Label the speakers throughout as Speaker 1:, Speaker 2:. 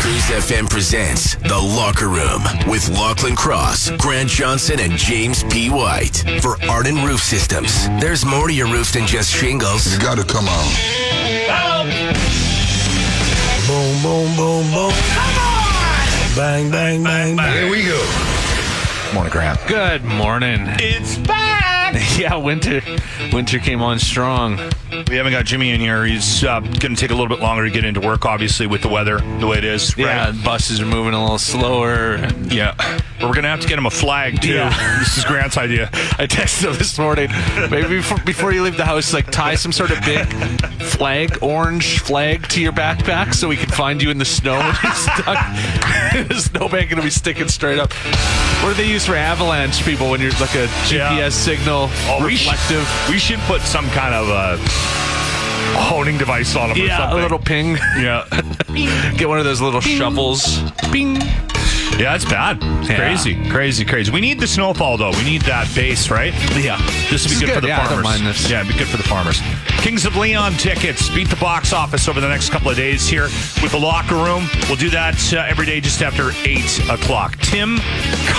Speaker 1: Cruise FM presents The Locker Room with Lachlan Cross, Grant Johnson, and James P. White. For Arden Roof Systems, there's more to your roof than just shingles.
Speaker 2: You gotta come on.
Speaker 3: Boom, boom, boom, boom. Bang, bang, bang, bang.
Speaker 2: Here we go.
Speaker 4: Morning, Grant.
Speaker 5: Good morning.
Speaker 3: It's back!
Speaker 5: Yeah, winter. Winter came on strong.
Speaker 6: We haven't got Jimmy in here. He's uh, going to take a little bit longer to get into work, obviously, with the weather the way it is.
Speaker 5: Yeah,
Speaker 6: right?
Speaker 5: buses are moving a little slower. And
Speaker 6: Yeah. But we're going to have to get him a flag, too.
Speaker 5: Yeah.
Speaker 6: This is Grant's idea.
Speaker 5: I texted him this morning. Maybe before, before you leave the house, like tie some sort of big flag, orange flag, to your backpack so we can find you in the snow. when you're stuck in the snowbank and be sticking straight up. What do they use for avalanche people when you're like a GPS
Speaker 6: Yeah.
Speaker 5: signal,
Speaker 6: Oh, we sh-
Speaker 5: reflective?
Speaker 6: We should put some kind of a honing device on him or
Speaker 5: yeah, a
Speaker 6: something.
Speaker 5: little ping.
Speaker 6: yeah.
Speaker 5: Get one of those little shovels. Bing.
Speaker 6: Yeah, it's bad. It's
Speaker 5: Yeah.
Speaker 6: Crazy, crazy, crazy. We need the snowfall, though. We need that base, right?
Speaker 5: Yeah.
Speaker 6: This would
Speaker 5: is
Speaker 6: be good, for the
Speaker 5: yeah, I
Speaker 6: farmers.
Speaker 5: don't mind this.
Speaker 6: Yeah, it'd be good for the farmers. Kings of Leon tickets beat the box office over the next couple of days here with the locker room. We'll do that uh, every day just after 8 o'clock. Tim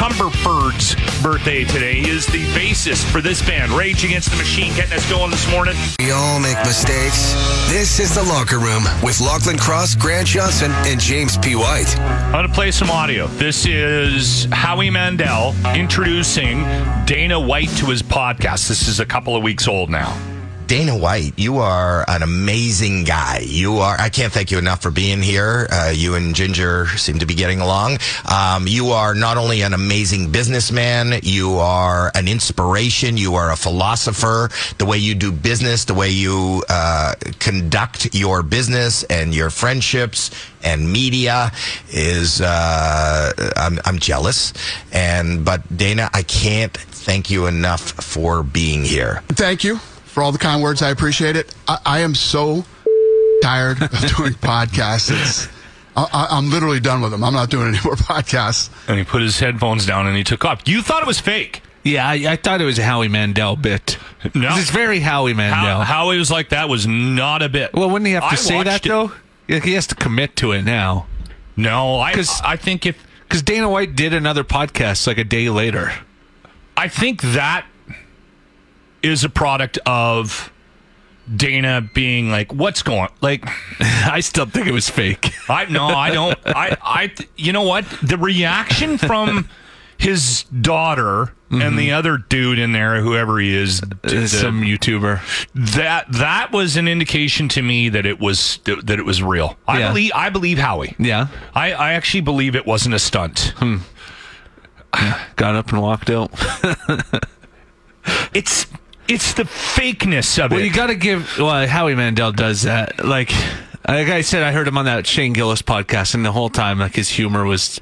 Speaker 6: Cumberford's birthday today He is the bassist for this band, Rage Against the Machine, getting us going this morning.
Speaker 1: We all make mistakes. This is The Locker Room with Lachlan Cross, Grant Johnson, and James P. White.
Speaker 6: I'm going to play some audio. This is Howie Mandel introducing Dana White to his podcast. This is a couple of weeks old now.
Speaker 7: Dana White, you are an amazing guy. You are, I can't thank you enough for being here. Uh, you and Ginger seem to be getting along. Um, you are not only an amazing businessman, you are an inspiration, you are a philosopher. The way you do business, the way you uh, conduct your business and your friendships and media is, uh, I'm, I'm jealous. And, but Dana, I can't thank you enough for being here.
Speaker 8: Thank you for all the kind words. I appreciate it. I, I am so tired of doing podcasts. It's, I- I, I'm literally done with them. I'm not doing any more podcasts.
Speaker 6: And he put his headphones down and he took off. You thought it was fake.
Speaker 5: Yeah, I, I thought it was a Howie Mandel bit.
Speaker 6: No.
Speaker 5: 'Cause It's very Howie
Speaker 6: How,
Speaker 5: Mandel.
Speaker 6: how he was like that was not a bit.
Speaker 5: well, wouldn't he have to
Speaker 6: I
Speaker 5: say that,
Speaker 6: watched it.
Speaker 5: though? Like, he has to commit to it now.
Speaker 6: No, I
Speaker 5: 'Cause-
Speaker 6: I think if
Speaker 5: Because Dana White did another podcast like a day later.
Speaker 6: I think that is a product of Dana being like, "What's going?" Like,
Speaker 5: I still think it was fake.
Speaker 6: I no, I don't. I I th- you know what? The reaction from his daughter and the other dude in there, whoever he is, the-
Speaker 5: Mm-hmm. Uh, Some YouTuber.
Speaker 6: that that was an indication to me that it was that it was real. I
Speaker 5: Yeah.
Speaker 6: believe I believe Howie.
Speaker 5: Yeah. Hmm.
Speaker 6: I, I actually believe it wasn't a stunt.
Speaker 5: Got up and walked out.
Speaker 6: It's it's the fakeness of
Speaker 5: Well,
Speaker 6: it.
Speaker 5: you got to give. Well, Howie Mandel does that. Like, like I said, I heard him on that Shane Gillis podcast, and the whole time, like his humor was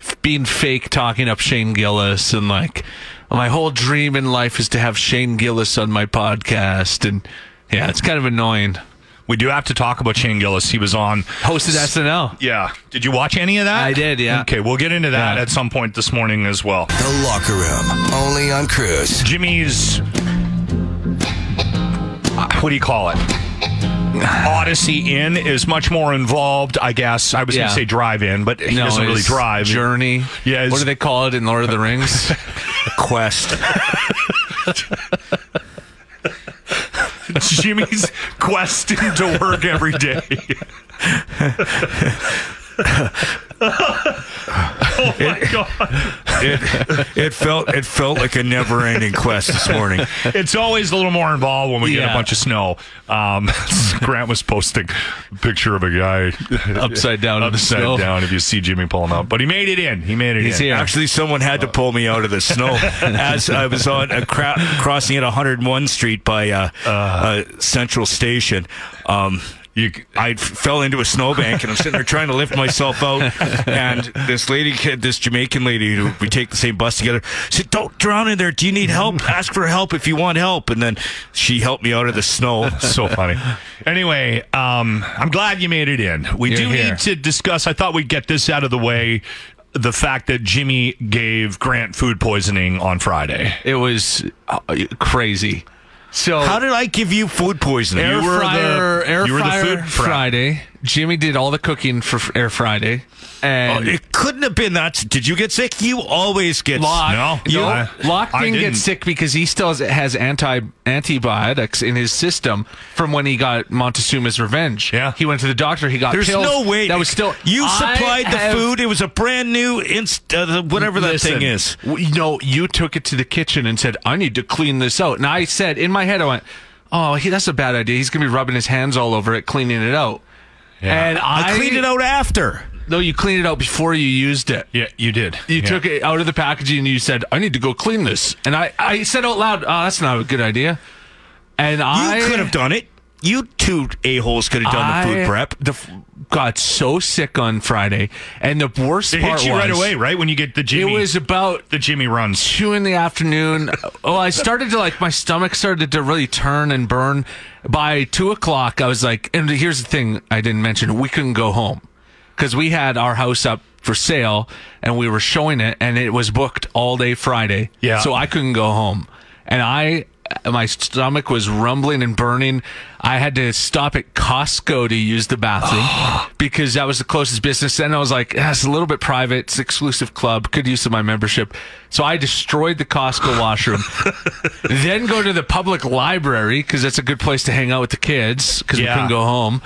Speaker 5: f- being fake, talking up Shane Gillis, and like my whole dream in life is to have Shane Gillis on my podcast, and yeah, it's kind of annoying.
Speaker 6: we do have to talk about Shane Gillis. He was on.
Speaker 5: Hosted SNL.
Speaker 6: Yeah. Did you watch any of that?
Speaker 5: I did, yeah.
Speaker 6: Okay, we'll get into that
Speaker 5: Yeah.
Speaker 6: at some point this morning as well.
Speaker 1: The Locker Room, only on Cruise.
Speaker 6: Jimmy's. uh, What do you call it? Odyssey In is much more involved, I guess. I was going
Speaker 5: Yeah.
Speaker 6: to say drive in, but he doesn't really
Speaker 5: his
Speaker 6: drive.
Speaker 5: Journey.
Speaker 6: Yeah, his-
Speaker 5: What do they call it in Lord of the Rings? Quest.
Speaker 6: Jimmy's questing to work every day. oh my god!
Speaker 9: it, it felt it felt like a never ending quest this morning.
Speaker 6: It's always a little more involved when we get
Speaker 5: Yeah.
Speaker 6: a bunch of snow. Um, Grant was posting a picture of a guy
Speaker 5: Upside down in the
Speaker 6: upside
Speaker 5: snow.
Speaker 6: down. If you see Jimmy pulling up, but he made it in. He made it
Speaker 5: He's
Speaker 6: in.
Speaker 5: here.
Speaker 9: Actually, someone had to pull me out of the snow as I was on a cra- crossing at 101 Street by uh, uh, Central Station. Um, you, I f- fell into a snowbank and I'm sitting there trying to lift myself out. And this lady, kid, this Jamaican lady, who we take the same bus together, said, "Don't drown in there. Do you need help? Ask for help if you want help." And then she helped me out of the snow.
Speaker 6: so funny. Anyway, um, I'm glad you made it in. We
Speaker 5: You're
Speaker 6: do
Speaker 5: here.
Speaker 6: need to discuss. I thought we'd get this out of the way. The fact that Jimmy gave Grant food poisoning on Friday.
Speaker 5: It was uh, crazy. So
Speaker 9: How did I give you food poisoning?
Speaker 5: air
Speaker 9: you were
Speaker 5: fryer,
Speaker 9: the
Speaker 5: air
Speaker 9: you were
Speaker 5: fryer
Speaker 9: the food fryer.
Speaker 5: Friday. Jimmy did all the cooking for f- Air Friday, and
Speaker 9: Oh, It couldn't have been that. Did you get sick? You always get
Speaker 5: Locke,
Speaker 9: No,
Speaker 5: you,
Speaker 9: I-
Speaker 5: Locke
Speaker 9: I
Speaker 5: didn't
Speaker 9: didn't.
Speaker 5: get sick because he still has, has anti antibiotics in his system from when he got Montezuma's Revenge.
Speaker 6: Yeah.
Speaker 5: he went to the doctor. He got
Speaker 9: There's
Speaker 5: pills.
Speaker 9: no way
Speaker 5: that was still
Speaker 9: You
Speaker 5: I
Speaker 9: supplied the
Speaker 5: have-
Speaker 9: food. It was a brand new inst- uh, the- whatever that
Speaker 5: Listen,
Speaker 9: thing is.
Speaker 5: w- You know, you took it to the kitchen and said, I need to clean this out. And I said, in my head, I went, oh, he, that's a bad idea. He's going to be rubbing his hands all over it, cleaning it out. And I,
Speaker 9: I, cleaned it out after.
Speaker 5: No, you cleaned it out before you used it.
Speaker 6: Yeah, you did.
Speaker 5: You
Speaker 6: Yeah.
Speaker 5: took it out of the packaging and you said, I need to go clean this. And I, I said out loud, oh, that's not a good idea. And
Speaker 9: You
Speaker 5: I
Speaker 9: could have done it. You two a holes could have done the
Speaker 5: I-
Speaker 9: food prep.
Speaker 5: The, f- got so sick on Friday. And the worst
Speaker 6: It
Speaker 5: part
Speaker 6: hits you right
Speaker 5: was,
Speaker 6: away, right when you get the
Speaker 5: It
Speaker 6: Jimmy.
Speaker 5: was about
Speaker 6: the Jimmy runs.
Speaker 5: two in the afternoon. well, I started to like my stomach started to really turn and burn. By two o'clock, I was like, and here's the thing I didn't mention: we couldn't go home because we had our house up for sale and we were showing it, and it was booked all day Friday.
Speaker 6: Yeah.
Speaker 5: so I couldn't go home, and I. My stomach was rumbling and burning. I had to stop at Costco to use the bathroom because that was the closest business. And I was like, "Ah, it's a little bit private. It's an exclusive club. Good use of my membership. So I destroyed the Costco washroom. then go to the public library because that's a good place to hang out with the kids because
Speaker 6: Yeah.
Speaker 5: we couldn't go home.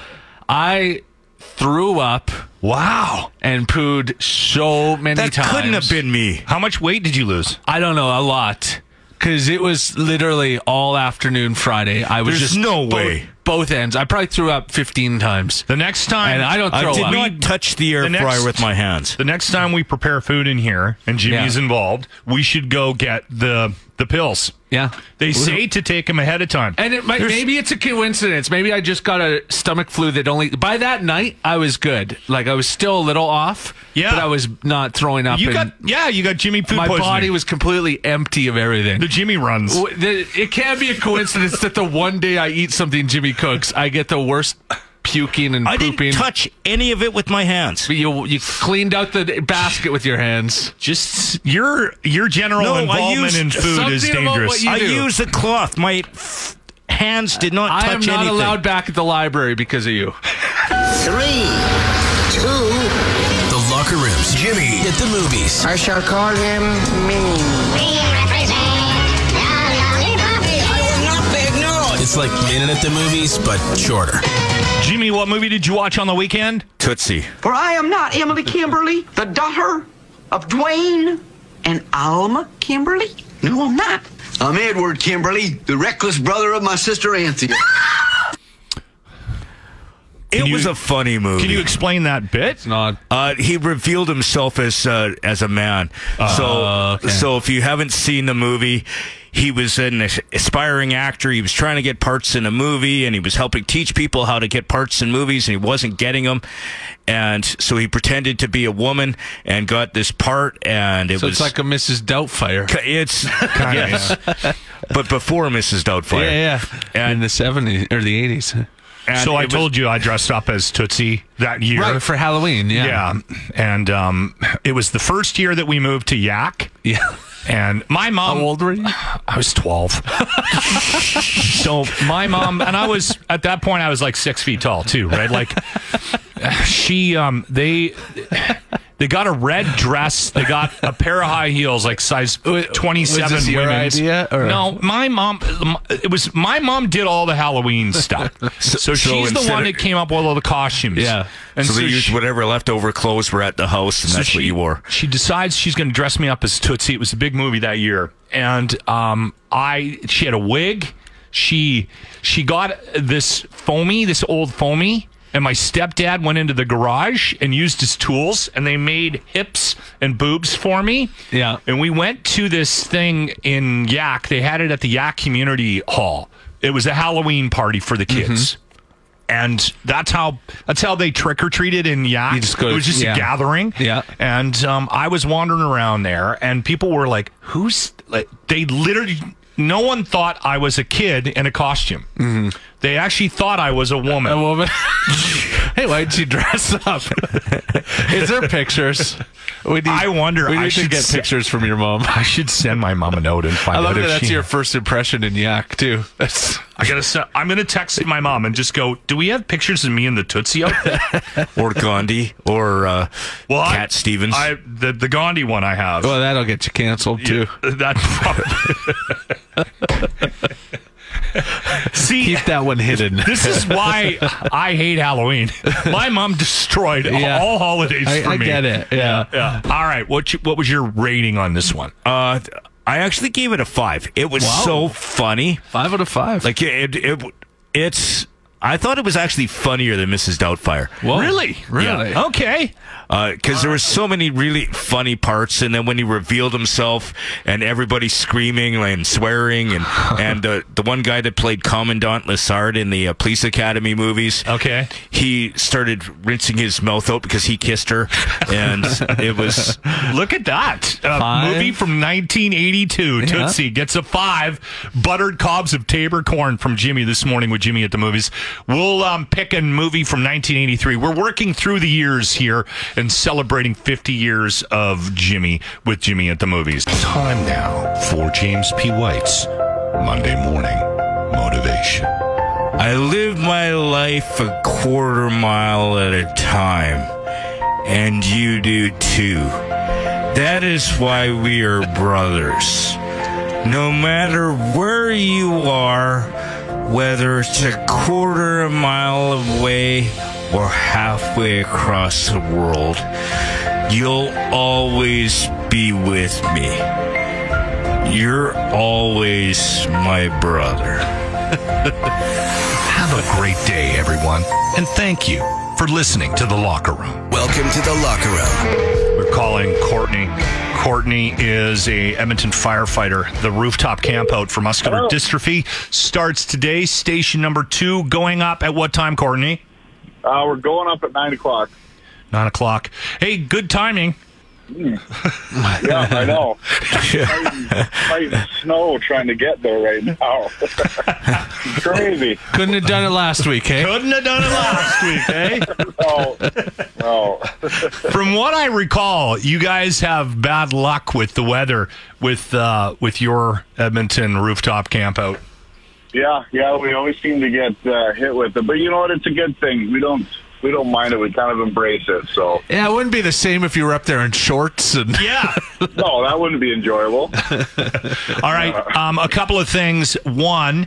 Speaker 5: I threw up
Speaker 6: Wow.
Speaker 5: and pooed so many
Speaker 9: That
Speaker 5: times.
Speaker 9: couldn't have been me.
Speaker 6: How much weight did you lose?
Speaker 5: I don't know a lot because it was literally all afternoon Friday. I was
Speaker 9: There's
Speaker 5: just
Speaker 9: no
Speaker 5: both-
Speaker 9: way.
Speaker 5: both ends. I probably threw up 15 times.
Speaker 6: The next time,
Speaker 5: And I don't
Speaker 9: I
Speaker 5: throw
Speaker 9: did
Speaker 5: up.
Speaker 9: not touch the air
Speaker 6: The next-
Speaker 9: fryer with my hands.
Speaker 6: The next time we prepare food in here and Jimmy's
Speaker 5: Yeah.
Speaker 6: involved, we should go get the the pills.
Speaker 5: Yeah.
Speaker 6: They say to take them ahead of time.
Speaker 5: And it might,
Speaker 6: There's-
Speaker 5: maybe it's a coincidence. Maybe I just got a stomach flu that only by that night I was good. Like I was still a little off.
Speaker 6: Yeah.
Speaker 5: but I was not throwing up.
Speaker 6: you
Speaker 5: and
Speaker 6: got yeah, you got Jimmy food
Speaker 5: my
Speaker 6: poisoning.
Speaker 5: body was completely empty of everything.
Speaker 6: the Jimmy runs.
Speaker 5: W- the- It can't be a coincidence that the one day I eat something Jimmy cooks, I get the worst puking and
Speaker 9: I
Speaker 5: pooping.
Speaker 9: didn't touch any of it with my hands.
Speaker 5: But you you cleaned out the basket with your hands.
Speaker 6: Just your your general
Speaker 9: No, I
Speaker 6: involvement
Speaker 9: used-
Speaker 6: in food is
Speaker 5: Something about
Speaker 6: dangerous.
Speaker 5: what you
Speaker 9: I
Speaker 5: do.
Speaker 9: used the cloth. My f- hands did not
Speaker 5: I am
Speaker 9: touch
Speaker 5: not
Speaker 9: anything.
Speaker 5: allowed back at the library because of you.
Speaker 2: Three, two.
Speaker 1: The Locker Room's Jimmy at the movies.
Speaker 2: I shall call him Mean. Mean represents the lollipop. I will not be ignored.
Speaker 1: It's like Minute at the movies, but shorter.
Speaker 6: Jimmy, what movie did you watch on the weekend?
Speaker 9: Tootsie.
Speaker 4: For I am not Emily Kimberly, the daughter of Dwayne and Alma Kimberly. No, I'm not.
Speaker 10: I'm Edward Kimberly, the reckless brother of my sister Anthea.
Speaker 9: It
Speaker 6: you-
Speaker 9: was a funny movie.
Speaker 6: Can you explain that bit?
Speaker 5: Not
Speaker 9: Uh, he revealed himself as uh, as a man.
Speaker 5: Ah,
Speaker 9: so so if you haven't seen the movie, he was an as- aspiring actor. He was trying to get parts in a movie, and he was helping teach people how to get parts in movies, and he wasn't getting them. And so he pretended to be a woman and got this part, and it
Speaker 5: so. It's
Speaker 9: was
Speaker 5: like a Mrs. Doubtfire.
Speaker 9: it's yes, but before Mrs. Doubtfire.
Speaker 5: Yeah, yeah. In the seventies or the eighties,
Speaker 9: And
Speaker 6: so I
Speaker 9: it was-
Speaker 6: told you I dressed up as Tootsie that year.
Speaker 5: right for Halloween. Yeah,
Speaker 6: yeah. And um, it was the first year that we moved to Yak.
Speaker 5: yeah.
Speaker 6: And my mom
Speaker 5: were you?
Speaker 6: I was 12. so my mom, and I was, at that point, I was like six feet tall too, right? Like, she, um, they, they got a red dress. They got a pair of high heels, like size twenty-seven.
Speaker 5: was this your
Speaker 6: women's.
Speaker 5: idea, or-
Speaker 6: No, my mom. It was my mom did all the Halloween stuff. So, she's the
Speaker 9: instead
Speaker 6: one
Speaker 9: of-
Speaker 6: that came up with all the costumes.
Speaker 5: Yeah.
Speaker 6: and
Speaker 9: so,
Speaker 6: so,
Speaker 9: they used
Speaker 6: she,
Speaker 9: whatever leftover clothes were at the house, and
Speaker 6: so
Speaker 9: that's
Speaker 6: she,
Speaker 9: what you wore.
Speaker 6: She decides she's going to dress me up as Tootsie. It was a big movie that year, and um, I she had a wig. She she got this foamy, this old foamy, and my stepdad went into the garage and used his tools, and they made hips and boobs for me.
Speaker 5: Yeah.
Speaker 6: and we went to this thing in
Speaker 5: Mm-hmm.
Speaker 6: Yak. They had it at the Yak Community Hall. It was a Halloween party for the kids. and that's how that's how they trick or treated in Yak.
Speaker 5: You just go-
Speaker 6: it was just
Speaker 5: yeah.
Speaker 6: a gathering.
Speaker 5: Yeah.
Speaker 6: and um, I was wandering around there, and people were like, "Who's?" Like, they literally, no one thought I was a kid in a costume. Mm-hmm. Oh. They actually thought I was a woman. A
Speaker 5: woman. hey, why'd you dress up? Is there pictures? We need, I
Speaker 6: wonder.
Speaker 5: We need
Speaker 6: I
Speaker 5: to
Speaker 6: should
Speaker 5: get
Speaker 6: se-
Speaker 5: pictures from your mom.
Speaker 6: I should send my mom a note and find
Speaker 5: I love
Speaker 6: out
Speaker 5: that.
Speaker 6: if
Speaker 5: That's
Speaker 6: she.
Speaker 5: your first impression in Yak too. That's
Speaker 6: I gotta. se- I'm gonna text my mom and just go. Do we have pictures of me in the Tootsie outfit?
Speaker 9: or Gandhi or uh,
Speaker 6: well, I-
Speaker 9: Cat Stevens.
Speaker 6: I the the Gandhi one I have.
Speaker 5: well, that'll get you canceled too.
Speaker 6: That probably. See,
Speaker 5: Keep that one hidden.
Speaker 6: this is why I hate Halloween. My mom destroyed
Speaker 5: Yeah.
Speaker 6: all holidays
Speaker 5: I-
Speaker 6: for
Speaker 5: I
Speaker 6: me.
Speaker 5: get it, yeah.
Speaker 6: yeah. All right. What you, what was your rating on this one?
Speaker 9: Uh, th- I actually gave it a five. It was
Speaker 5: Wow.
Speaker 9: so funny.
Speaker 5: Five out of five.
Speaker 9: Like it, it, it's. I thought it was actually funnier than Mrs. Doubtfire.
Speaker 5: Whoa.
Speaker 6: Really?
Speaker 5: Really?
Speaker 9: Yeah.
Speaker 6: Okay.
Speaker 9: Because Uh, there were so many really funny parts, and then when he revealed himself, and everybody screaming and swearing, and and uh, the one guy that played Commandant Lessard in the uh, Police Academy movies,
Speaker 6: Okay.
Speaker 9: he started rinsing his mouth out because he kissed her, and it was
Speaker 6: Look at that. Uh,
Speaker 5: Five.
Speaker 6: movie from 1982. Tootsie gets a five. Buttered cobs of Tabor corn from Jimmy this morning with Jimmy at the movies. We'll um, pick a movie from 1983. We're working through the years here and celebrating 50 years of Jimmy with Jimmy at the movies. Time now for James P. White's Monday Morning Motivation.
Speaker 9: I live my life a quarter mile at a time, and you do too. That is why we are brothers. No matter where you are, whether it's a quarter of a mile away or halfway across the world, you'll always be with me. You're always my brother.
Speaker 6: Have a great day, everyone. And thank you for listening to The Locker Room.
Speaker 1: Welcome to the locker room.
Speaker 6: We're calling Courtney. Courtney is a Edmonton firefighter. The rooftop campout for muscular dystrophy starts today. Station number two going up at what time, Courtney?
Speaker 11: Uh, we're going up at nine o'clock.
Speaker 6: Nine o'clock. Hey, good timing.
Speaker 11: Yeah, I know. fighting, fighting snow trying to get there right now. Crazy.
Speaker 5: Couldn't have done it last week, eh? hey?
Speaker 6: Couldn't have done it last week, eh?
Speaker 11: No, no.
Speaker 6: From what I recall, you guys have bad luck with the weather with uh, with your Edmonton rooftop campout.
Speaker 11: Yeah, yeah. We always seem to get uh, hit with it, but you know what? It's a good thing. We don't we don't mind it. We kind of embrace it. So
Speaker 5: Yeah, it wouldn't be the same if you were up there in shorts and
Speaker 6: Yeah.
Speaker 11: no, that wouldn't be enjoyable.
Speaker 6: All right. Um, a couple of things. One,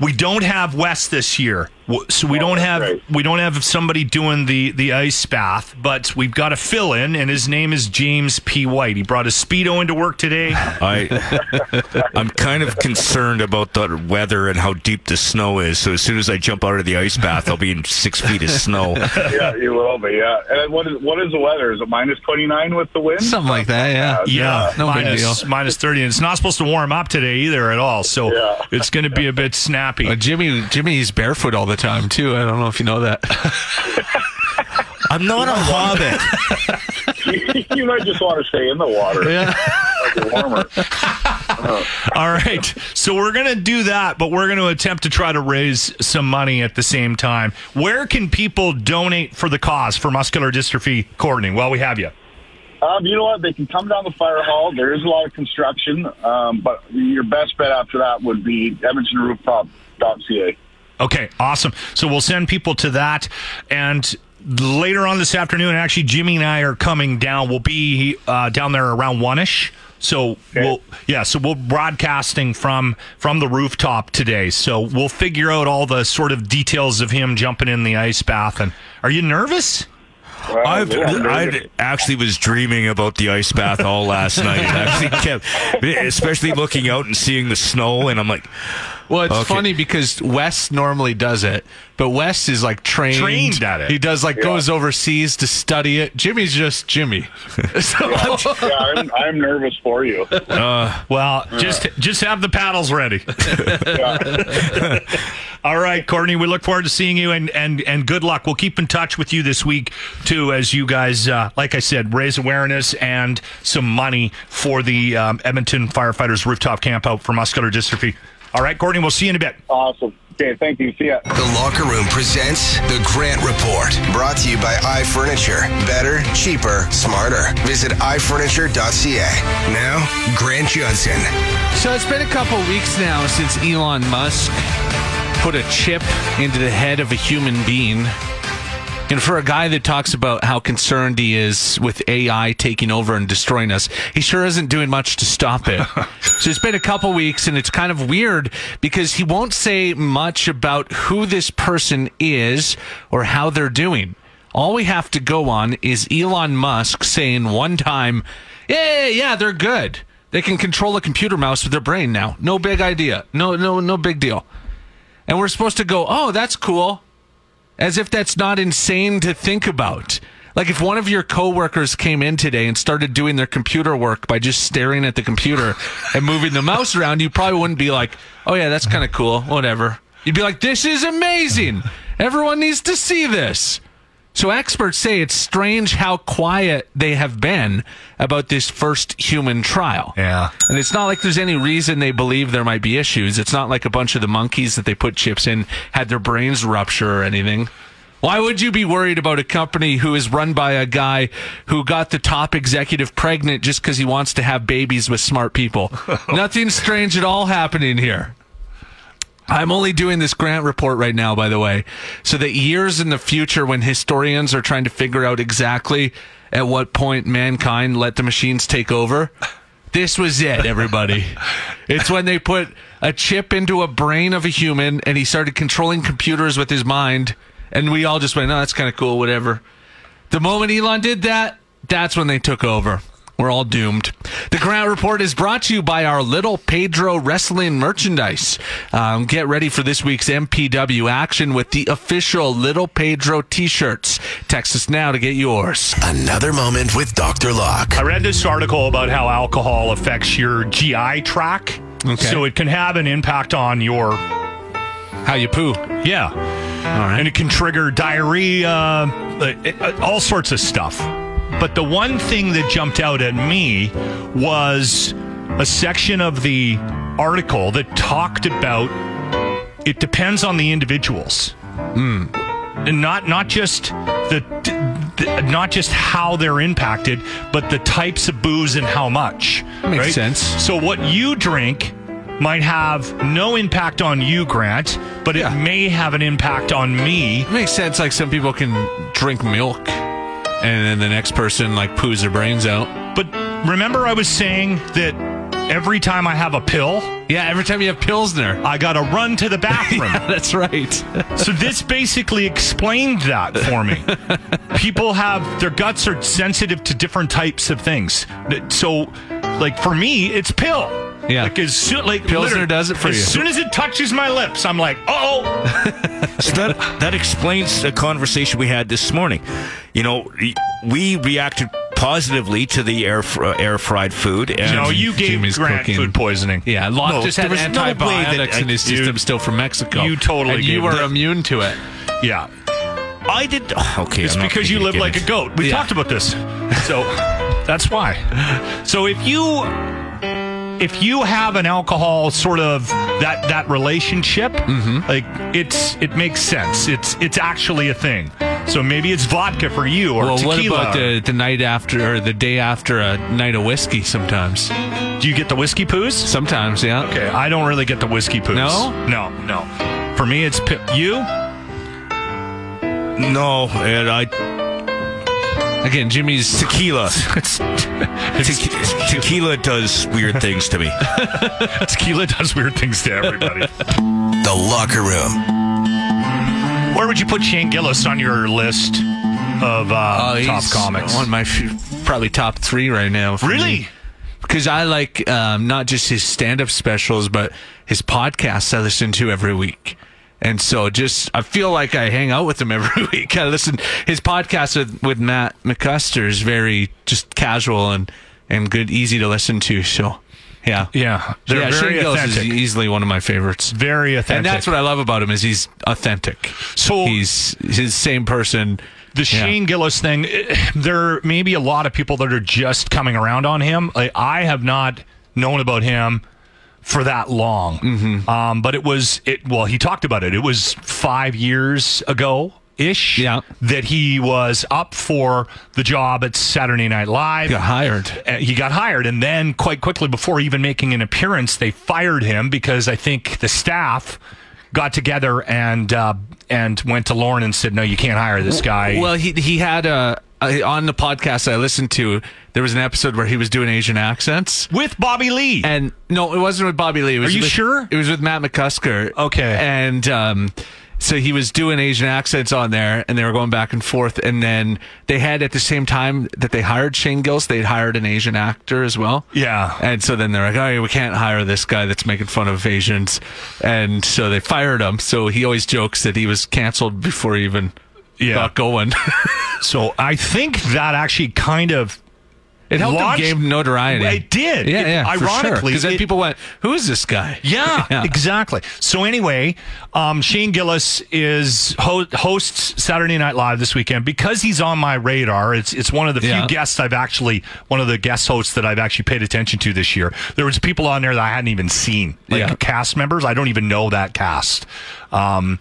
Speaker 6: we don't have West this year, W- so we don't
Speaker 11: Oh, that's
Speaker 6: have
Speaker 11: right.
Speaker 6: we don't have somebody doing the the ice bath. But we've got a fill in, and his name is James P. White. He brought his speedo into work today.
Speaker 9: I I'm kind of concerned about the weather and how deep the snow is. So as soon as I jump out of the ice bath, I'll be in six feet of snow.
Speaker 11: yeah, Uh, you will be. Yeah. And what is what is the weather? Is it minus twenty nine with the wind?
Speaker 5: something like that, yeah.
Speaker 6: Yeah,
Speaker 5: no big
Speaker 6: minus-
Speaker 5: deal.
Speaker 6: minus thirty, and it's not supposed to warm up today either at all. So
Speaker 11: Yeah.
Speaker 6: it's going to be a bit snappy.
Speaker 5: Uh, Jimmy Jimmy's barefoot all the time too. I don't know if you know that.
Speaker 9: I'm not a hobbit.
Speaker 11: you might just want to stay in the water. Yeah. warmer. Uh-huh.
Speaker 6: All right. So we're going to do that, but we're going to attempt to try to raise some money at the same time. Where can people donate for the cause for muscular dystrophy, Courtney, while we have you?
Speaker 11: Um, you know what? They can come down the fire hall. There is a lot of construction, um, but your best bet after that would be EdmontonRooftop.ca.
Speaker 6: Okay, awesome. So we'll send people to that. And later on this afternoon, actually, Jimmy and I are coming down. We'll be uh, down there around one ish. So we'll yeah, so we'll broadcasting from from the rooftop today. So we'll figure out all the sort of details of him jumping in the ice bath. And are you nervous?
Speaker 11: Well,
Speaker 9: I've,
Speaker 11: yeah, there you
Speaker 9: I actually was dreaming about the ice bath all last night. I actually kept, especially looking out and seeing the snow, and I'm like,
Speaker 5: Well, it's
Speaker 9: Okay.
Speaker 5: funny because Wes normally does it, but Wes is like trained.
Speaker 6: Trained at it.
Speaker 5: He does like
Speaker 6: Yeah.
Speaker 5: goes overseas to study it. Jimmy's just Jimmy. So-
Speaker 11: Yeah, yeah, I'm, I'm nervous for you.
Speaker 6: Uh, well,
Speaker 11: Yeah.
Speaker 6: just just have the paddles ready. All right, Courtney. We look forward to seeing you, and and and good luck. We'll keep in touch with you this week too, as you guys, uh, like I said, raise awareness and some money for the um, Edmonton firefighters rooftop campout for muscular dystrophy. All right, Courtney. We'll see you in a bit.
Speaker 11: Awesome. Okay, thank you. See ya.
Speaker 1: The Locker Room presents The Grant Report, brought to you by iFurniture. Better, cheaper, smarter. Visit iFurniture.ca. Now, Grant Johnson.
Speaker 5: So it's been a couple weeks now since Elon Musk put a chip into the head of a human being. And for a guy that talks about how concerned he is with AI taking over and destroying us, he sure isn't doing much to stop it. so it's been a couple weeks and it's kind of weird because he won't say much about who this person is or how they're doing. All we have to go on is Elon Musk saying one time, "Yeah, yeah, yeah, they're good. They can control a computer mouse with their brain now. No big idea. No, no, no big deal." And we're supposed to go, "Oh, that's cool." As if that's not insane to think about. Like if one of your coworkers came in today and started doing their computer work by just staring at the computer and moving the mouse around, you probably wouldn't be like, "Oh yeah, that's kind of cool. Whatever." You'd be like, "This is amazing. Everyone needs to see this." So experts say it's strange how quiet they have been about this first human trial. Yeah. And it's not like there's any reason they believe there might be issues. It's not like a bunch of the monkeys that they put chips in had their brains rupture or anything. Why would you be worried about a company who is run by a guy who got the top executive pregnant just because he wants to have babies with smart people? Nothing strange at all happening here. I'm only doing this grant report right now, by the way, so that years in the future, when historians are trying to figure out exactly at what point mankind let the machines take over, this was it, everybody. it's when they put a chip into a brain of a human and he started controlling computers with his mind, and we all just went, no, that's kind of cool, whatever. The moment Elon did that, that's when they took over. We're all doomed. The Grant Report is brought to you by our Little Pedro Wrestling merchandise. Um, get ready for this week's MPW action with the official Little Pedro t shirts. Text us now to get yours.
Speaker 1: Another moment with Dr. Locke.
Speaker 6: I read this article about how alcohol affects your GI tract.
Speaker 5: Okay.
Speaker 6: So it can have an impact on your
Speaker 5: how you poo.
Speaker 6: Yeah. And it can trigger diarrhea, uh, it- uh, all sorts of stuff. But the one thing that jumped out at me was a section of the article that talked about it depends on the individuals.
Speaker 5: Hmm.
Speaker 6: And not not just the, the not just how they're impacted, but the types of booze and how much.
Speaker 5: Makes
Speaker 6: right?
Speaker 5: sense.
Speaker 6: So what you drink might have no impact on you, Grant, but it may have an impact on me.
Speaker 5: makes sense. Like some people can drink milk and then the next person like poos their brains out.
Speaker 6: But remember, I was saying that every time I have a pill,
Speaker 5: yeah, every time you have Pilsner,
Speaker 6: I gotta run to the bathroom.
Speaker 5: that's right.
Speaker 6: so this basically explained that for me. People have their guts are sensitive to different types of things. So, like for me, it's pill.
Speaker 5: Yeah.
Speaker 6: Like as soon, like
Speaker 5: Pilsner
Speaker 6: literally,
Speaker 5: does it for
Speaker 6: as
Speaker 5: you.
Speaker 6: soon as it touches my lips, I'm like, oh.
Speaker 9: So that that explains a conversation we had this morning. You know, we reacted positively to the air fr- uh, air fried food. And
Speaker 6: No, you gave
Speaker 5: Jimmy's
Speaker 6: Grant
Speaker 5: cooking.
Speaker 6: food poisoning.
Speaker 5: Yeah, Locke
Speaker 9: No,
Speaker 5: just
Speaker 9: there
Speaker 5: had
Speaker 9: was no way that
Speaker 5: antibiotics in his
Speaker 9: I- you-
Speaker 5: system still from Mexico.
Speaker 6: you totally
Speaker 5: and you
Speaker 6: gave
Speaker 5: were
Speaker 6: that-
Speaker 5: immune to it.
Speaker 6: Yeah.
Speaker 9: I did. Okay,
Speaker 6: It's
Speaker 9: I'm not
Speaker 6: because you
Speaker 9: gonna
Speaker 6: live
Speaker 9: get
Speaker 6: like
Speaker 9: into-
Speaker 6: a goat. We
Speaker 5: Yeah.
Speaker 6: talked about this. So that's why. So if you if you have an alcohol sort of that that relationship, like it's it makes sense. It's it's actually a thing. So maybe it's vodka for you or
Speaker 5: well,
Speaker 6: tequila.
Speaker 5: what about the, the night after or the day after a night of whiskey? Sometimes,
Speaker 6: Do you get the whiskey poos?
Speaker 5: sometimes, yeah.
Speaker 6: Okay, I don't really get the whiskey poos.
Speaker 5: No?
Speaker 6: no, no. For me, it's pi- you.
Speaker 9: No, and I
Speaker 5: Again, Jimmy's
Speaker 9: tequila. Te- tequila does weird things to me.
Speaker 6: Tequila does weird things to everybody.
Speaker 1: The Locker Room.
Speaker 6: Where would you put Shane Gillis on your list of uh,
Speaker 5: Oh,
Speaker 6: top
Speaker 5: he's
Speaker 6: comics?
Speaker 5: on my f- probably top three right now. for
Speaker 6: Really?
Speaker 5: me. because I like um, not just his stand up specials, but his podcasts I listen to every week. And so just, I feel like I hang out with him every week. I listen, his podcast with, with Matt McCuster is very just casual and, and good, easy to listen to. So, yeah.
Speaker 6: Yeah. They're
Speaker 5: yeah,
Speaker 6: very
Speaker 5: Shane Gillis is
Speaker 6: authentic.
Speaker 5: easily one of my favorites.
Speaker 6: Very authentic.
Speaker 5: And that's what I love about him is he's authentic.
Speaker 6: So
Speaker 5: he's his same person.
Speaker 6: The Shane Gillis thing, eh, there may be a lot of people that are just coming around on him. Like, I have not known about him for that long. Um, but it was, it well, he talked about it. It was five years ago ish yeah. that he was up for the job at Saturday Night Live. Got
Speaker 5: hired.
Speaker 6: He got hired. And then quite quickly, before even making an appearance, they fired him because I think the staff got together and uh, and went to Lauren and said, "No, you can't hire this guy."
Speaker 5: Well, he he had a, a on the podcast I listened to. There was an episode where he was doing Asian accents
Speaker 6: with Bobby Lee,
Speaker 5: and no, it wasn't with Bobby Lee. It was
Speaker 6: Are you
Speaker 5: with-
Speaker 6: sure?
Speaker 5: It was with Matt McCusker.
Speaker 6: Okay,
Speaker 5: and um, so he was doing Asian accents on there, and they were going back and forth. And then they had at the same time that they hired Shane Gillis, they'd hired an Asian actor as well.
Speaker 6: Yeah,
Speaker 5: and so then they're like, "Oh, we can't hire this guy that's making fun of Asians," and so they fired him. So he always jokes that he was canceled before he even got going.
Speaker 6: so I think that actually kind of
Speaker 5: it helped
Speaker 6: launched-
Speaker 5: him gain notoriety.
Speaker 6: It did.
Speaker 5: yeah,
Speaker 6: It-
Speaker 5: yeah.
Speaker 6: Ironically,
Speaker 5: because then
Speaker 6: it-
Speaker 5: people went, "Who is this guy?"
Speaker 6: Yeah, exactly. So anyway, um, Shane Gillis is ho- hosts Saturday Night Live this weekend because he's on my radar. It's it's one of the few
Speaker 5: Yeah.
Speaker 6: guests I've actually one of the guest hosts that I've actually paid attention to this year. There was people on there that I hadn't even seen, like cast members. I don't even know that cast. Um,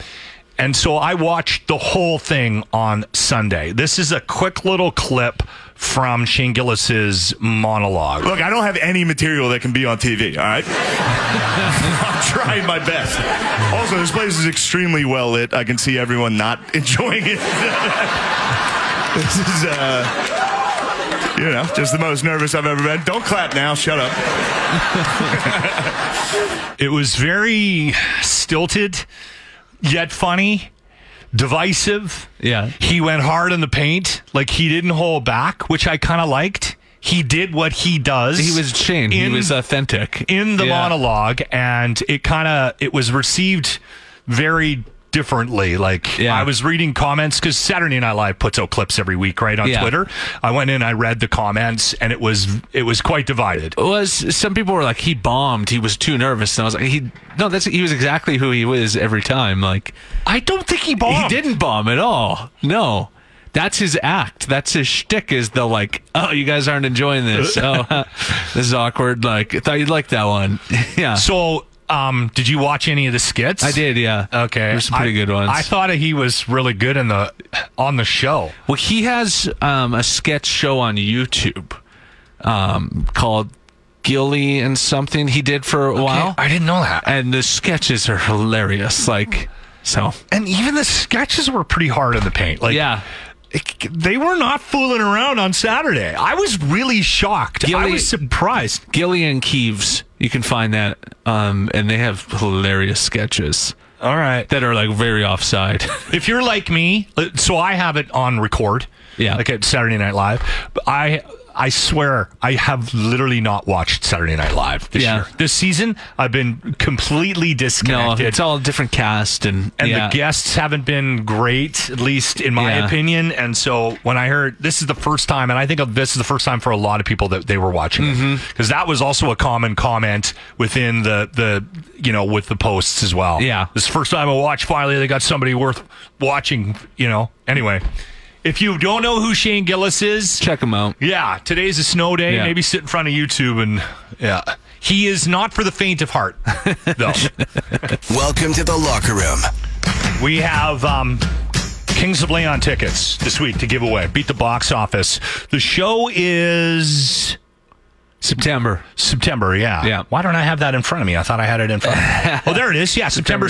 Speaker 6: and so I watched the whole thing on Sunday. This is a quick little clip from Shane Gillis's monologue.
Speaker 12: Look, I don't have any material that can be on TV, all right? I'm trying my best. Also, this place is extremely well lit. I can see everyone not enjoying it. this is, uh, you know, just the most nervous I've ever been. Don't clap now. Shut up.
Speaker 6: It was very stilted, yet funny, divisive.
Speaker 5: Yeah.
Speaker 6: He went hard in the paint. Like he didn't hold back, which I kind of liked. He did what he does.
Speaker 5: He was Shane. He
Speaker 6: in-
Speaker 5: was authentic
Speaker 6: in the
Speaker 5: Yeah.
Speaker 6: monologue and it kind of it was received very differently like i was reading comments because saturday night live puts out clips every week right on
Speaker 5: Yeah.
Speaker 6: twitter i went in i read the comments and it was it was quite divided
Speaker 5: was some people were like he bombed he was too nervous and i was like he no that's he was exactly who he was every time like
Speaker 6: i don't think he bombed
Speaker 5: he didn't bomb at all no that's his act that's his shtick is the like oh you guys aren't enjoying this oh this is awkward like i thought you'd like that one yeah
Speaker 6: so um did you watch any of the skits
Speaker 5: i did yeah
Speaker 6: okay
Speaker 5: there's some pretty
Speaker 6: I-
Speaker 5: good ones
Speaker 6: i thought he was really good in the on the show
Speaker 5: Well, he has um, a sketch show on YouTube um, called Gilly and something he did for a while.
Speaker 6: I didn't know that.
Speaker 5: And the sketches are hilarious. Like, so.
Speaker 6: and even the sketches were pretty hard in the paint like
Speaker 5: yeah.
Speaker 6: they were not fooling around on saturday i was really shocked i was surprised.
Speaker 5: Gilly and Keeves. You can find that. Um, and they have hilarious sketches.
Speaker 6: All right.
Speaker 5: That are like very offside.
Speaker 6: if you're like me, uh, so I have it on record. Yeah. Like at Saturday Night Live. But I I swear I have literally not watched Saturday Night Live this year. This season I've been completely disconnected.
Speaker 5: it's all different cast and
Speaker 6: and
Speaker 5: yeah.
Speaker 6: the guests haven't been great, at least in my
Speaker 5: Yeah.
Speaker 6: opinion. And so when I heard this is the first time, and I think this is the first time for a lot of people that they were watching because
Speaker 5: Mm-hmm.
Speaker 6: that was also a common comment within the the you know with the posts as well.
Speaker 5: Yeah.
Speaker 6: this is the first time I watched. Finally, they got somebody worth watching. You know. Anyway. If you don't know who Shane Gillis is,
Speaker 5: check him out.
Speaker 6: Yeah, today's a snow day.
Speaker 5: Yeah.
Speaker 6: Maybe sit in front of YouTube and yeah. He is not for the faint of heart, though.
Speaker 1: Welcome to the locker room.
Speaker 6: We have um, Kings of Leon tickets this week to give away. Beat the box office. The show is
Speaker 5: September.
Speaker 6: September, yeah. Yeah. Why don't I have that in front of me? I thought I had it in front of me. oh, there it is. Yeah, September,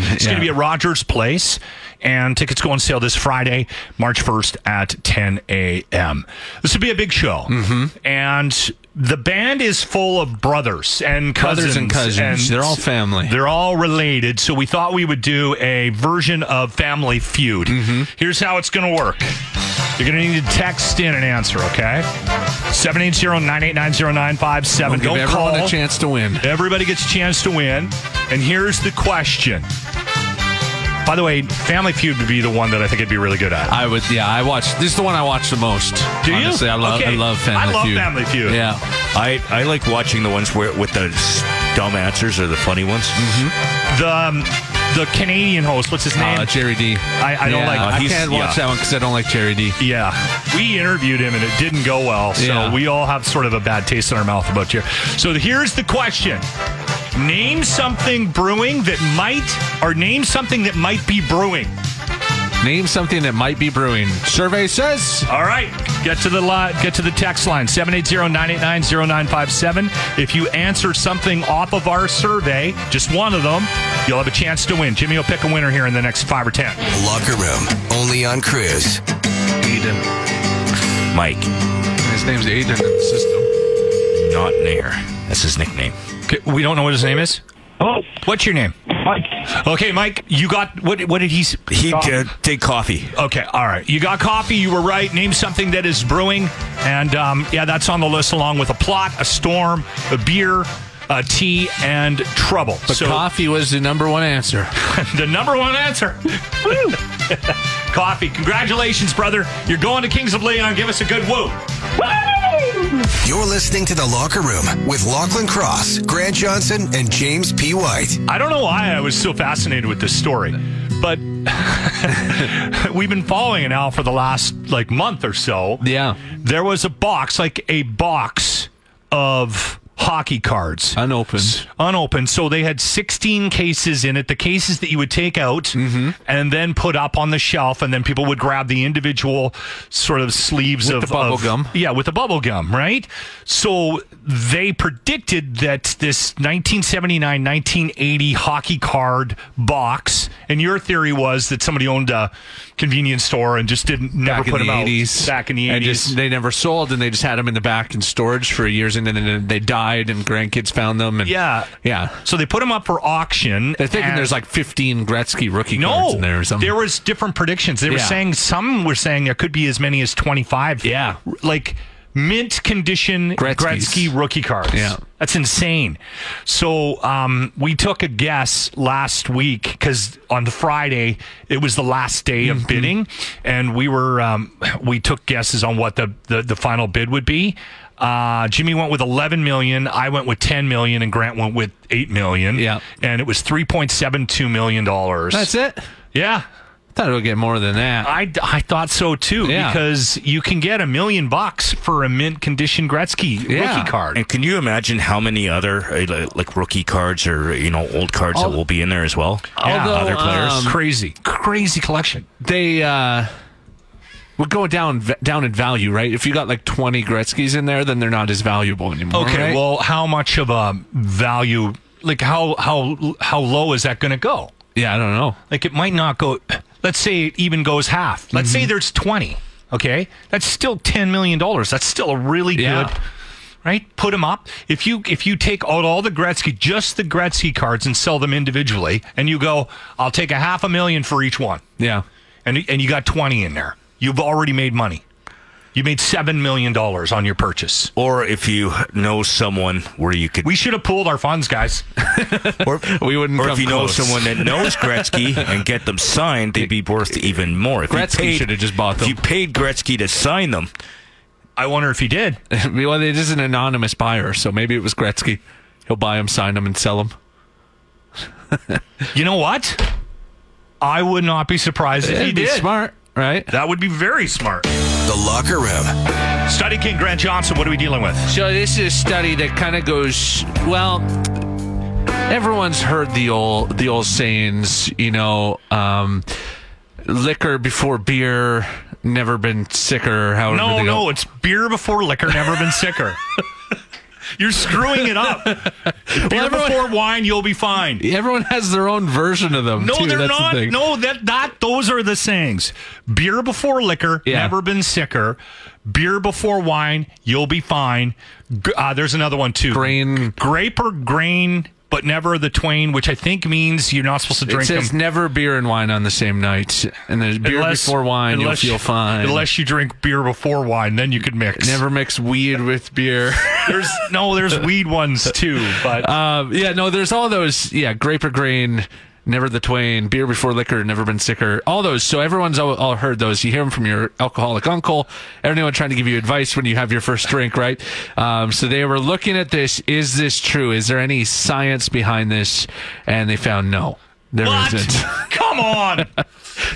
Speaker 6: 2nd.
Speaker 5: 2nd,
Speaker 6: It's going
Speaker 5: yeah.
Speaker 6: to be at Rogers Place. And tickets go on sale this Friday, March 1st at 10 a.m. This will be a big show. Mm-hmm. And the band is full of brothers and cousins.
Speaker 5: Brothers and cousins. They're all family.
Speaker 6: They're all related. So we thought we would do a version of Family
Speaker 5: Mm-hmm.
Speaker 6: Feud. Here's how it's going to work you're going to need to text in an answer, okay? 780-989-0957.
Speaker 5: We'll give
Speaker 6: Don't
Speaker 5: everyone
Speaker 6: call.
Speaker 5: a chance to win.
Speaker 6: Everybody gets a chance to win. And here's the question. By the way, Family Feud would be the one that I think I'd be really good at.
Speaker 5: I would, yeah. I watched. This is the one I watch the most.
Speaker 6: Do you?
Speaker 5: honestly. I love,
Speaker 6: Okay.
Speaker 5: I love Family
Speaker 6: I love
Speaker 5: Feud.
Speaker 6: Family Feud.
Speaker 5: Yeah.
Speaker 9: I, I like watching the ones where with the s- dumb answers or the funny ones.
Speaker 5: Mm-hmm.
Speaker 6: The um, the Canadian host, what's his name?
Speaker 5: Uh, Jerry D.
Speaker 6: I, I don't
Speaker 5: Yeah,
Speaker 6: like.
Speaker 5: I can't watch that one because I don't like Jerry D.
Speaker 6: Yeah, we interviewed him and it didn't go well, so
Speaker 5: Yeah.
Speaker 6: we all have sort of a bad taste in our mouth about Jerry. So here's the question: Name something brewing that might, or name something that might be brewing.
Speaker 5: Name something that might be brewing. Survey says.
Speaker 6: All right, get to the li- get to the text line 780-989-0957. If you answer something off of our survey, just one of them, you'll have a chance to win. Jimmy will pick a winner here in the next five or ten.
Speaker 1: Locker room, only on Cruise.
Speaker 5: Aiden.
Speaker 9: Mike,
Speaker 5: His name's Aiden in the system.
Speaker 9: not Nair. That's his nickname.
Speaker 6: Okay, we don't know what his name is.
Speaker 13: Oh,
Speaker 6: what's your name?
Speaker 13: Mike.
Speaker 6: Okay, Mike, you got what? What did he? s-
Speaker 9: He did take coffee.
Speaker 6: Okay, all right. You got coffee. You were right. Name something that is brewing, and um, yeah, that's on the list along with a plot, a storm, a beer, a tea, and trouble.
Speaker 5: But coffee was the number one answer.
Speaker 6: the number one answer. Woo. coffee. Congratulations, brother. You're going to Kings of Leon. Give us a good woo.
Speaker 1: You're listening to The Locker Room with Lachlan Cross, Grant Johnson, and James P. White.
Speaker 6: I don't know why I was so fascinated with this story, but we've been following it now for the last like month or so.
Speaker 5: Yeah.
Speaker 6: There was a box, like a box of hockey cards.
Speaker 5: Unopened.
Speaker 6: Unopened. So they had 16 cases in it, the cases that you would take out
Speaker 5: Mm-hmm.
Speaker 6: and then put up on the shelf, and then people would grab the individual sort of sleeves
Speaker 5: With
Speaker 6: of
Speaker 5: the bubble
Speaker 6: of-
Speaker 5: gum.
Speaker 6: yeah, with the bubble gum, right? So they predicted that this 1979 1980 hockey card box, and your theory was that somebody owned a convenience store and just didn't never
Speaker 5: Back in
Speaker 6: put
Speaker 5: the
Speaker 6: them out
Speaker 5: eighties,
Speaker 6: back in the 80s.
Speaker 5: and just, they never sold, and they just had them in the back in storage for years, and then they died, and grandkids found them, and
Speaker 6: yeah.
Speaker 5: yeah.
Speaker 6: So they put them up for auction.
Speaker 5: They're thinking
Speaker 6: and-
Speaker 5: there's like 15 Gretzky rookie
Speaker 6: no,
Speaker 5: cards in there or something.
Speaker 6: there was different predictions. They were
Speaker 5: Yeah.
Speaker 6: saying some were saying there could be as many as twenty five.
Speaker 5: Yeah.
Speaker 6: like mint condition
Speaker 5: Gretzky's.
Speaker 6: Gretzky rookie cards.
Speaker 5: Yeah.
Speaker 6: that's insane. So um, we took a guess last week because on Friday it was the last day
Speaker 5: Mm-hmm.
Speaker 6: of bidding, and we were um, we took guesses on what the the, the final bid would be. Uh, Jimmy went with 11 million. I went with 10 million, and Grant went with 8 million.
Speaker 5: Yeah.
Speaker 6: and it was 3.72 million dollars.
Speaker 5: That's it?
Speaker 6: Yeah.
Speaker 5: Thought it would get more than that.
Speaker 6: I, I thought so too
Speaker 5: Yeah.
Speaker 6: because you can get a million bucks for a mint condition Gretzky rookie card.
Speaker 9: And can you imagine how many other uh, li- like rookie cards or you know old cards
Speaker 5: All-
Speaker 9: that will be in there as well?
Speaker 5: Although,
Speaker 9: other players.
Speaker 5: um,
Speaker 6: crazy, crazy collection.
Speaker 5: They uh would go down down in value, right? If you got like 20 Gretzky's in there, then they're not as valuable anymore.
Speaker 6: Okay,
Speaker 5: right?
Speaker 6: well, how much of a value? Like how how how low is that going to go?
Speaker 5: yeah, I don't know.
Speaker 6: Like it might not go. Let's say it even goes half. Let's
Speaker 5: Mm-hmm.
Speaker 6: say there's twenty. Okay, that's still ten million dollars. That's still a really
Speaker 5: Yeah.
Speaker 6: good. Right, put them up. If you if you take out all the Gretzky, just the Gretzky cards, and sell them individually, and you go, I'll take a half a million for each one,
Speaker 5: Yeah.
Speaker 6: and and you got twenty in there. You've already made money. You made seven million dollars on your purchase.
Speaker 9: or if you know someone where you could,
Speaker 6: We should have pooled our funds, guys.
Speaker 9: or,
Speaker 5: We wouldn't
Speaker 9: or
Speaker 5: come
Speaker 9: if you
Speaker 5: close.
Speaker 9: know someone that knows Gretzky and get them signed, they'd be worth even more. If you
Speaker 5: Gretzky
Speaker 9: paid-
Speaker 5: should've just bought them.
Speaker 9: If you paid Gretzky to sign them,
Speaker 6: I wonder if he did.
Speaker 5: well, it is an anonymous buyer, so maybe it was Gretzky. He'll buy them, sign them, and sell them.
Speaker 6: You know what? I would not be surprised if he
Speaker 5: It'd be
Speaker 6: did.
Speaker 5: smart, right?
Speaker 6: That would be very smart.
Speaker 1: The Locker Room.
Speaker 6: Study King Grant Johnson, what are we dealing with?
Speaker 5: So this is a study that kind of goes well. Everyone's heard the old the old sayings, you know, um, liquor before beer, never been sicker. However,
Speaker 6: No,
Speaker 5: they
Speaker 6: no,
Speaker 5: go.
Speaker 6: it's beer before liquor, never been sicker. You're screwing it up. beer
Speaker 5: everyone-
Speaker 6: before wine, you'll be fine.
Speaker 5: everyone has their own version of them.
Speaker 6: No,
Speaker 5: too.
Speaker 6: they're
Speaker 5: That's the
Speaker 6: not.
Speaker 5: thing.
Speaker 6: no, that that those are the sayings. Beer before liquor,
Speaker 5: Yeah.
Speaker 6: never been sicker. Beer before wine, you'll be fine. G- Uh, there's another one too.
Speaker 5: Grain.
Speaker 6: grape or grain but never the twain, which I think means you're not supposed to
Speaker 5: It
Speaker 6: drink
Speaker 5: says
Speaker 6: them.
Speaker 5: never beer and wine on the same night, and then beer before wine, you'll feel fine.
Speaker 6: Unless you drink beer before wine, then you could mix.
Speaker 5: Never mix weed with beer.
Speaker 6: there's no, there's weed ones too, but
Speaker 5: Uh, yeah, no, there's all those. Yeah, grape or grain, never the twain, beer before liquor, never been sicker. All those. So everyone's all, all heard those. You hear them from your alcoholic uncle, everyone trying to give you advice when you have your first drink, right? Um, so they were looking at this. Is this true? Is there any science behind this? And they found no. there not
Speaker 6: Come on.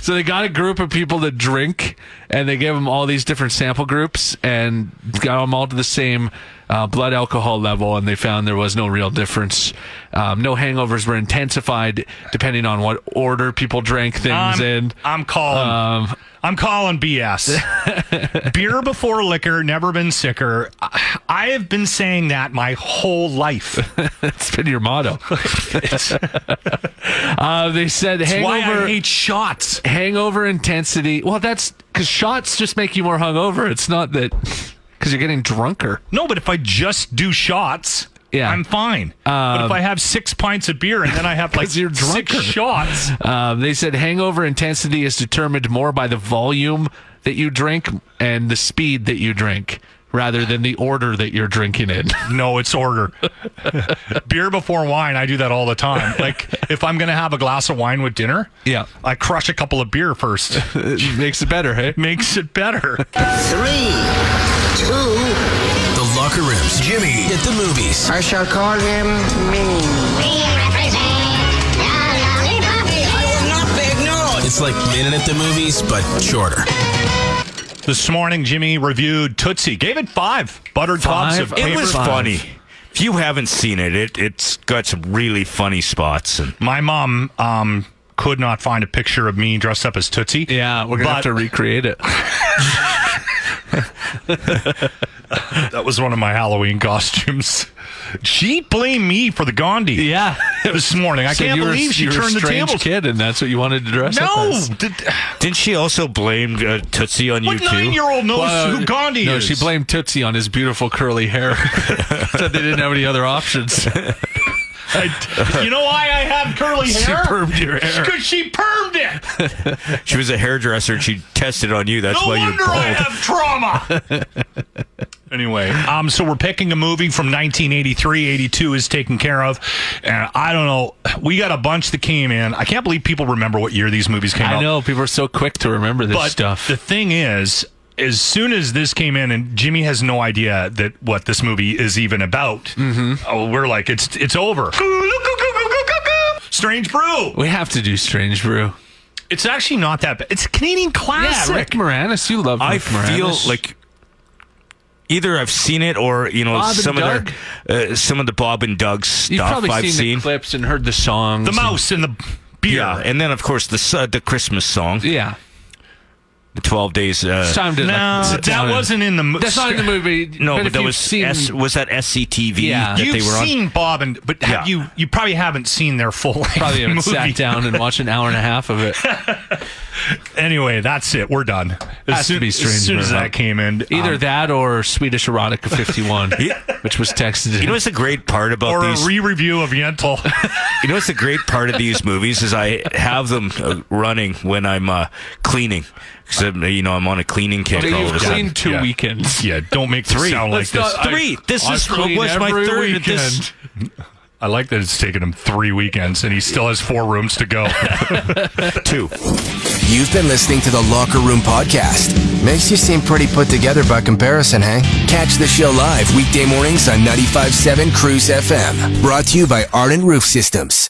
Speaker 5: so they got a group of people to drink, and they gave them all these different sample groups, and got them all to the same uh, blood alcohol level, and they found there was no real difference. Um, no hangovers were intensified depending on what order people drank things
Speaker 6: I'm,
Speaker 5: in. Um,
Speaker 6: I'm calling. I'm calling BS. Beer before liquor, never been sicker. I I have been saying that my whole life.
Speaker 5: It's been your motto. uh, they said
Speaker 6: It's
Speaker 5: hangover.
Speaker 6: why I hate shots.
Speaker 5: Hangover intensity. Well, that's because shots just make you more hungover. It's not that because you're getting drunker.
Speaker 6: No, but if I just do shots,
Speaker 5: yeah. Um,
Speaker 6: I'm fine. but if I have six pints of beer and then I have like six
Speaker 5: drunker.
Speaker 6: shots,
Speaker 5: Um, they said hangover intensity is determined more by the volume that you drink and the speed that you drink rather than the order that you're drinking in.
Speaker 6: no, it's order. beer before wine, I do that all the time. Like if I'm going to have a glass of wine with dinner,
Speaker 5: yeah.
Speaker 6: I crush a couple of beer first.
Speaker 5: it makes it better, hey?
Speaker 6: Makes it better.
Speaker 2: Three, two.
Speaker 1: The Locker Room's Jimmy at the movies.
Speaker 2: I shall call him Minnie.
Speaker 1: It's like Minute at the Movies, but shorter.
Speaker 6: This morning, Jimmy reviewed Tootsie. Gave it five buttered tops of
Speaker 9: It
Speaker 6: paper.
Speaker 9: was funny. If you haven't seen it, it it's got some really funny spots. And
Speaker 6: My mom um, could not find a picture of me dressed up as Tootsie.
Speaker 5: Yeah, we're gonna have to recreate it.
Speaker 6: that was one of my Halloween costumes. She blamed me for the Gandhi.
Speaker 5: Yeah,
Speaker 6: this morning. I
Speaker 5: So
Speaker 6: can't
Speaker 5: you were-
Speaker 6: believe she
Speaker 5: you were a
Speaker 6: turned the
Speaker 5: strange
Speaker 6: tables.
Speaker 5: kid, and that's what you wanted to dress up
Speaker 6: No,
Speaker 5: as.
Speaker 6: did,
Speaker 9: didn't she also blame uh, Tootsie on
Speaker 6: what
Speaker 9: you too?
Speaker 6: nine-year-old knows who Gandhi
Speaker 5: uh, no,
Speaker 6: is?
Speaker 5: she blamed Tootsie on his beautiful curly hair. Said they didn't have any other options.
Speaker 6: I- you know why I have curly
Speaker 5: She
Speaker 6: hair?
Speaker 5: permed your hair.
Speaker 6: Because she permed it.
Speaker 9: She was a hairdresser and she tested on you. That's
Speaker 6: No
Speaker 9: why you're
Speaker 6: wonder I
Speaker 9: bald.
Speaker 6: have trauma. anyway, um, so we're picking a movie from 1983. 82 is taken care of, and I don't know. We got a bunch that came in. I can't believe people remember what year these movies came out.
Speaker 5: I know people are so quick to remember this
Speaker 6: but
Speaker 5: stuff.
Speaker 6: The thing is, as soon as this came in, and Jimmy has no idea that what this movie is even about.
Speaker 9: Mm-hmm.
Speaker 6: Oh, we're like, it's it's over. Strange Brew.
Speaker 5: We have to do Strange Brew.
Speaker 6: It's actually not that bad. It's a Canadian classic.
Speaker 5: Yeah, Rick Moranis. You love Rick
Speaker 9: I feel
Speaker 5: Moranis.
Speaker 9: like either I've seen it or you know
Speaker 5: Bob and
Speaker 9: some of
Speaker 5: Doug?
Speaker 9: their uh, some of the Bob and Doug stuff
Speaker 5: You've probably
Speaker 9: I've
Speaker 5: seen,
Speaker 9: seen.
Speaker 5: the clips and heard the songs.
Speaker 6: the mouse and the beer.
Speaker 9: yeah, and then of course the su- the Christmas song,
Speaker 5: Yeah.
Speaker 9: the Twelve Days. Uh,
Speaker 5: It's time to
Speaker 6: No,
Speaker 5: like, sit down
Speaker 6: that
Speaker 5: and-
Speaker 6: wasn't in the movie.
Speaker 5: That's not in the movie.
Speaker 9: no, but,
Speaker 5: if
Speaker 9: that
Speaker 5: you've
Speaker 9: was
Speaker 5: seen,
Speaker 9: S- was that SCTV
Speaker 5: Yeah.
Speaker 9: that
Speaker 6: You've
Speaker 9: they were on.
Speaker 6: seen Bob and but have
Speaker 9: Yeah.
Speaker 6: you you probably haven't seen their full length
Speaker 5: probably haven't
Speaker 6: movie.
Speaker 5: sat down and watched an hour and a half of it.
Speaker 6: Anyway, that's it. We're done. As
Speaker 5: Has to
Speaker 6: soon
Speaker 5: be Strange
Speaker 6: as, soon
Speaker 5: Brew,
Speaker 6: as
Speaker 5: huh?
Speaker 6: that came in,
Speaker 5: Either
Speaker 6: um,
Speaker 5: that or Swedish Erotica 51, which was texted. in.
Speaker 9: You know what's the great part about
Speaker 6: or
Speaker 9: these?
Speaker 6: a re-review of Yentl.
Speaker 9: you know what's the great part of these movies is I have them uh, running when I'm uh, cleaning. Except you know I'm on a cleaning kick
Speaker 5: Okay,
Speaker 9: all of
Speaker 5: you've
Speaker 9: a sudden.
Speaker 5: cleaned two
Speaker 6: Yeah.
Speaker 5: weekends.
Speaker 6: Yeah, don't make three
Speaker 9: Three.
Speaker 6: sound like
Speaker 9: Let's
Speaker 6: this.
Speaker 9: not- Three. This
Speaker 5: I
Speaker 9: is-
Speaker 5: clean
Speaker 9: was my
Speaker 5: every
Speaker 9: third
Speaker 5: Weekend.
Speaker 9: this-
Speaker 6: I like that it's taken him three weekends, and he still has four rooms to go.
Speaker 9: two.
Speaker 1: You've been listening to the Locker Room Podcast.
Speaker 13: Makes you seem pretty put together by comparison, hey?
Speaker 1: Catch the show live weekday mornings on 95.7 Cruise FM. Brought to you by Arden Roof Systems.